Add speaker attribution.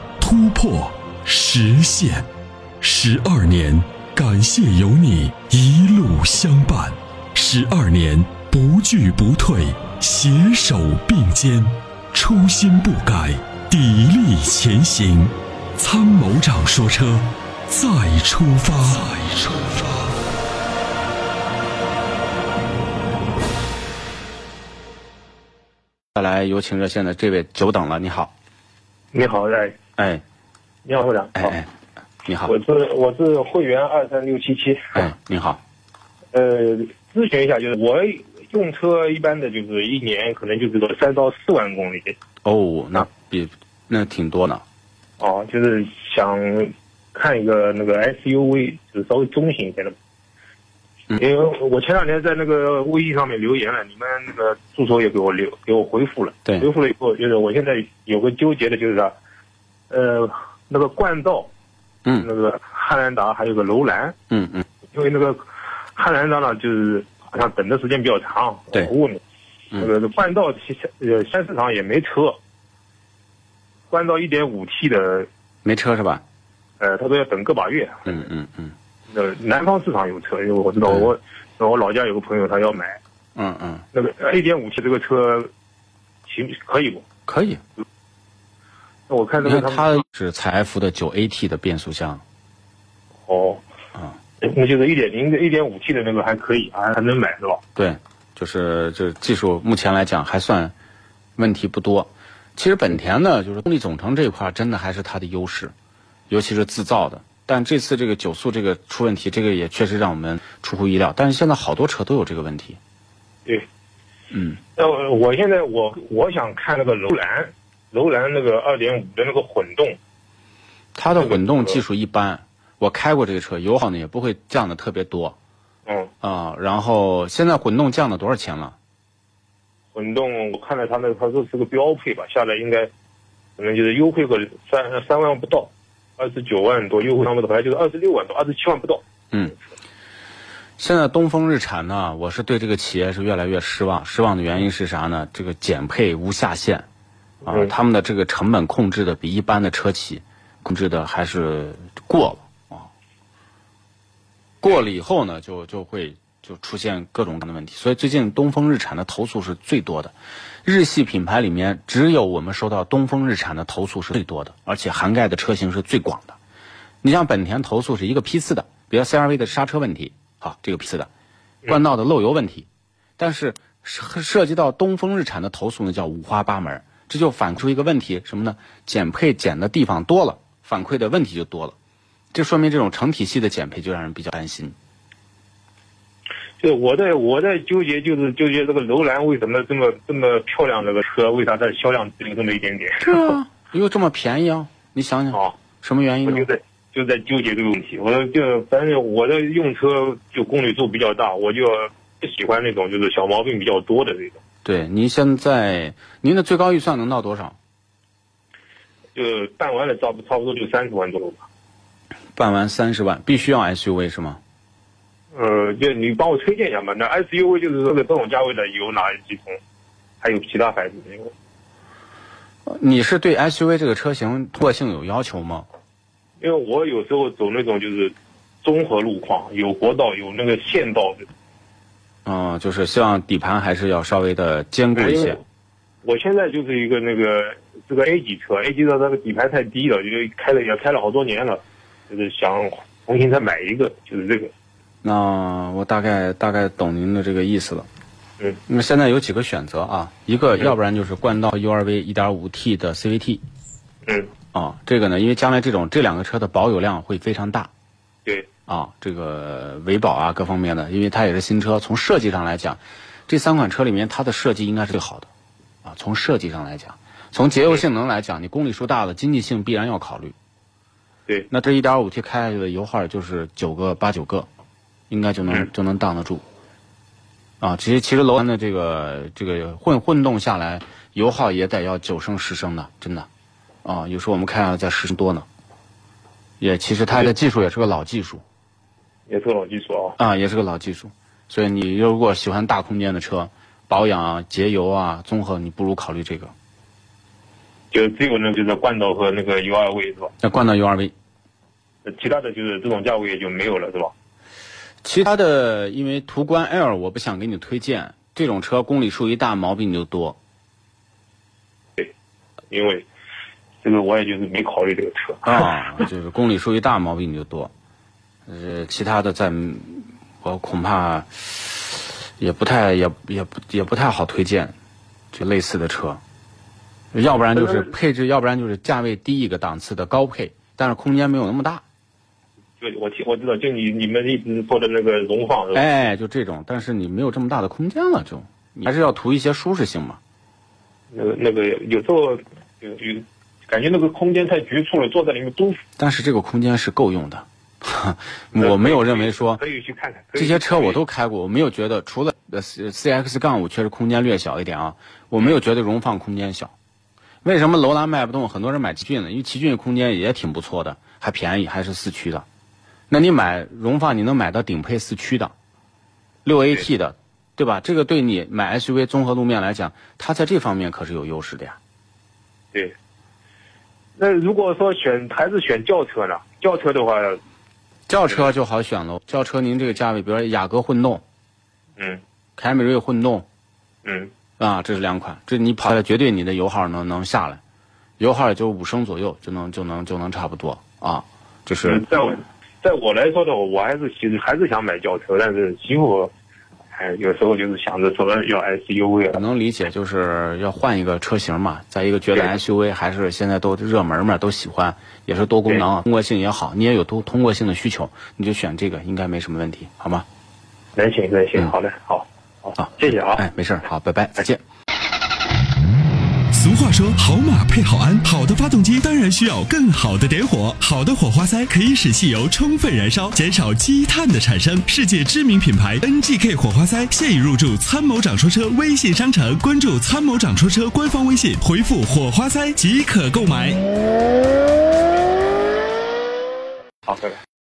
Speaker 1: 突破、实现，十二年，感谢有你一路相伴，十二年不惧不退，携手并肩，初心不改，砥砺前行。参谋长说车，再出发。再出发。
Speaker 2: 再来有请热线的这位久等了，你好，
Speaker 3: 你好，哎，
Speaker 2: 哎，
Speaker 3: 你好，会长，
Speaker 2: 哎
Speaker 3: 好
Speaker 2: 哎，你好，
Speaker 3: 我是我是会员二三六七七，
Speaker 2: 哎，你好，
Speaker 3: 呃，咨询一下，就是我用车一般的就是一年可能就是个三到四万公里，
Speaker 2: 哦，那比那挺多呢，
Speaker 3: 哦，就是想看一个那个 SUV，就是稍微中型一些的。
Speaker 2: 嗯
Speaker 3: 因为我前两天在那个微信上面留言了，你们那个助手也给我留给我回复了，
Speaker 2: 对
Speaker 3: 回复了以后，就是我现在有个纠结的就是啥，呃，那个冠道，
Speaker 2: 嗯
Speaker 3: 那个汉兰达还有个楼兰，
Speaker 2: 嗯嗯，
Speaker 3: 因为那个汉兰达呢，就是好像等的时间比较长，
Speaker 2: 对
Speaker 3: 我问了，
Speaker 2: 嗯
Speaker 3: 那个冠道其实呃三市场也没车，冠道一点五 T 的，
Speaker 2: 没车是吧？
Speaker 3: 呃，他说要等个把月。
Speaker 2: 嗯嗯嗯
Speaker 3: 呃，南方市场有车，因为我知道
Speaker 2: 嗯
Speaker 3: 我、我老家有个朋友他要买
Speaker 2: 嗯嗯，
Speaker 3: 那个一点五 T 这个车，行可以不？
Speaker 2: 可以，
Speaker 3: 那我看
Speaker 2: 你
Speaker 3: 那个
Speaker 2: 看
Speaker 3: 他们
Speaker 2: 它是采福的九 AT 的变速箱，
Speaker 3: 哦，
Speaker 2: 啊
Speaker 3: 那就是一点零的、一点五 T 的那个还可以，啊还还能买是吧？
Speaker 2: 对，就是这技术目前来讲还算问题不多。其实本田呢，就是动力总成这一块儿真的还是它的优势，尤其是自造的。但这次这个九速这个出问题，这个也确实让我们出乎意料。但是现在好多车都有这个问题。
Speaker 3: 对，
Speaker 2: 嗯，
Speaker 3: 那我呃我现在我我想看那个楼兰，楼兰那个二点五的那个混动，
Speaker 2: 它的混动技术一般，我开过这个车，油耗呢也不会降的特别多
Speaker 3: 嗯，
Speaker 2: 啊、然后现在混动降了多少钱了？
Speaker 3: 混动我看了他那个，他说是个标配吧，下来应该可能就是优惠个三三万不到，二十九万多，优惠他们的反正就是二十六万多，二十七万不到。
Speaker 2: 嗯，现在东风日产呢，我是对这个企业是越来越失望。失望的原因是啥呢？这个减配无下限，啊，
Speaker 3: 嗯
Speaker 2: 他们的这个成本控制的比一般的车企控制的还是过了啊。过了以后呢，就就会就出现各种各样的问题。所以最近东风日产的投诉是最多的，日系品牌里面只有我们收到东风日产的投诉是最多的，而且涵盖的车型是最广的。你像本田投诉是一个批次的，比如 CRV 的刹车问题，好，这个批次的，冠道的漏油问题，但是涉涉及到东风日产的投诉呢，叫五花八门儿，这就反出一个问题什么呢？减配减的地方多了，反馈的问题就多了，这说明这种成体系的减配就让人比较担心。
Speaker 3: 对，我在我在纠结，就是纠结这个楼兰为什么这么这么漂亮这个车，为啥它的销量只有这么一点点？
Speaker 2: 是啊，又这么便宜啊？你想想，
Speaker 3: 啊，
Speaker 2: 什么原因
Speaker 3: 我就
Speaker 2: 呢？
Speaker 3: 在就在纠结这个问题。我就反正我的用车就公里数比较大，我就不喜欢那种就是小毛病比较多的这种。
Speaker 2: 对，您现在您的最高预算能到多少？
Speaker 3: 就是办完了差不差不多就三十万左右吧。
Speaker 2: 办完三十万，必须要 SUV 是吗？
Speaker 3: 呃，就你帮我推荐一下嘛。那 SUV 就是这个这种价位的有哪几种？还有其他牌子没有？
Speaker 2: 呃你是对 SUV 这个车型过性有要求吗？
Speaker 3: 因为我有时候走那种就是综合路况，有国道，有那个县道的。
Speaker 2: 嗯，就是希望底盘还是要稍微的坚固一
Speaker 3: 啊因
Speaker 2: 些
Speaker 3: 为。我现在就是一个那个这个 A 级车，A 级车它的底盘太低了，就是开了也开了好多年了，就是想重新再买一个，就是这个。
Speaker 2: 那我大概大概懂您的这个意思了。
Speaker 3: 嗯，
Speaker 2: 那么现在有几个选择啊，一个要不然就是冠道 URV 1.5T 的 CVT
Speaker 3: 嗯，
Speaker 2: 啊，这个呢，因为将来这种这两个车的保有量会非常大
Speaker 3: 对，
Speaker 2: 啊，这个维保啊各方面的，因为它也是新车，从设计上来讲，这三款车里面它的设计应该是最好的啊，从设计上来讲，从节油性能来讲，你公里数大了，经济性必然要考虑。
Speaker 3: 对，
Speaker 2: 那这一点五 T 开下去的油耗就是九个八九个，应该就能、
Speaker 3: 嗯
Speaker 2: 就能挡得住。啊，其实其实楼盘的这个这个混混动下来，油耗也得要九升十升的，真的。啊，有时候我们看啊在十升多呢。也其实它的技术也是个老技术
Speaker 3: 也是个老技术啊。
Speaker 2: 啊，也是个老技术。所以你如果喜欢大空间的车，保养啊、节油啊、综合，你不如考虑这个。
Speaker 3: 就只有那就是冠道和那个 U 二 V 是吧？
Speaker 2: 那冠道 URV
Speaker 3: 呃其他的就是这种价位也就没有了是吧？
Speaker 2: 其他的，因为途观 L 我不想给你推荐，这种车公里数一大，毛病就多。
Speaker 3: 因为这个我也就是没考虑这个车。
Speaker 2: 啊， 就是公里数一大，毛病就多。呃，其他的在，我恐怕也不太也也不也不太好推荐，就类似的车，要不然就是配置，要不然就是价位低一个档次的高配，但是空间没有那么大。
Speaker 3: 就我听我知道，就你你们一直说的那个荣放是吧？
Speaker 2: 哎，就这种，但是你没有这么大的空间了，就你还是要图一些舒适性嘛。
Speaker 3: 那个那个有时候有有感觉那个空间太局促了，坐在里面都
Speaker 2: 但是这个空间是够用的， 我没有认为说
Speaker 3: 可以去看看。可以
Speaker 2: 这些车我都开过，我没有觉得除了呃 C X 杠五确实空间略小一点啊，我没有觉得荣放空间小。为什么楼兰卖不动？很多人买奇骏呢，因为奇骏空间也挺不错的，还便宜，还是四驱的。那你买荣放，你能买到顶配四驱的，六 A T 的，对吧？这个对你买 S U V 综合路面来讲，它在这方面可是有优势的呀。
Speaker 3: 对。那如果说选还是选轿车呢？轿车的话，
Speaker 2: 轿车就好选喽，轿车您这个价位，比如说雅阁混动、
Speaker 3: 嗯
Speaker 2: 凯美瑞混动，
Speaker 3: 嗯，
Speaker 2: 啊，这是两款，这你跑下来绝对你的油耗能能下来，油耗也就五升左右就能就能就能差不多啊，这是
Speaker 3: 在我在我来说的话，我还是其实还是想买轿车，但是媳妇，哎，有时候就是想着说哎要 SUV
Speaker 2: 我
Speaker 3: 啊，
Speaker 2: 嗯能理解，就是要换一个车型嘛，再一个觉得
Speaker 3: 对
Speaker 2: SUV 还是现在都热门嘛，都喜欢，也是多功能，通过性也好，你也有通通过性的需求，你就选这个应该没什么问题，好吗？
Speaker 3: 能行能行，
Speaker 2: 嗯
Speaker 3: 好嘞，好，
Speaker 2: 好
Speaker 3: 好，谢谢啊。
Speaker 2: 哎，没事儿，好，拜拜，再见。
Speaker 1: 俗话说，好马配好鞍，好的发动机当然需要更好的点火。好的火花塞可以使汽油充分燃烧，减少积碳的产生。世界知名品牌 NGK 火花塞现已入驻参谋长说车微信商城，关注参谋长说车官方微信，回复火花塞即可购买。
Speaker 4: Ooh.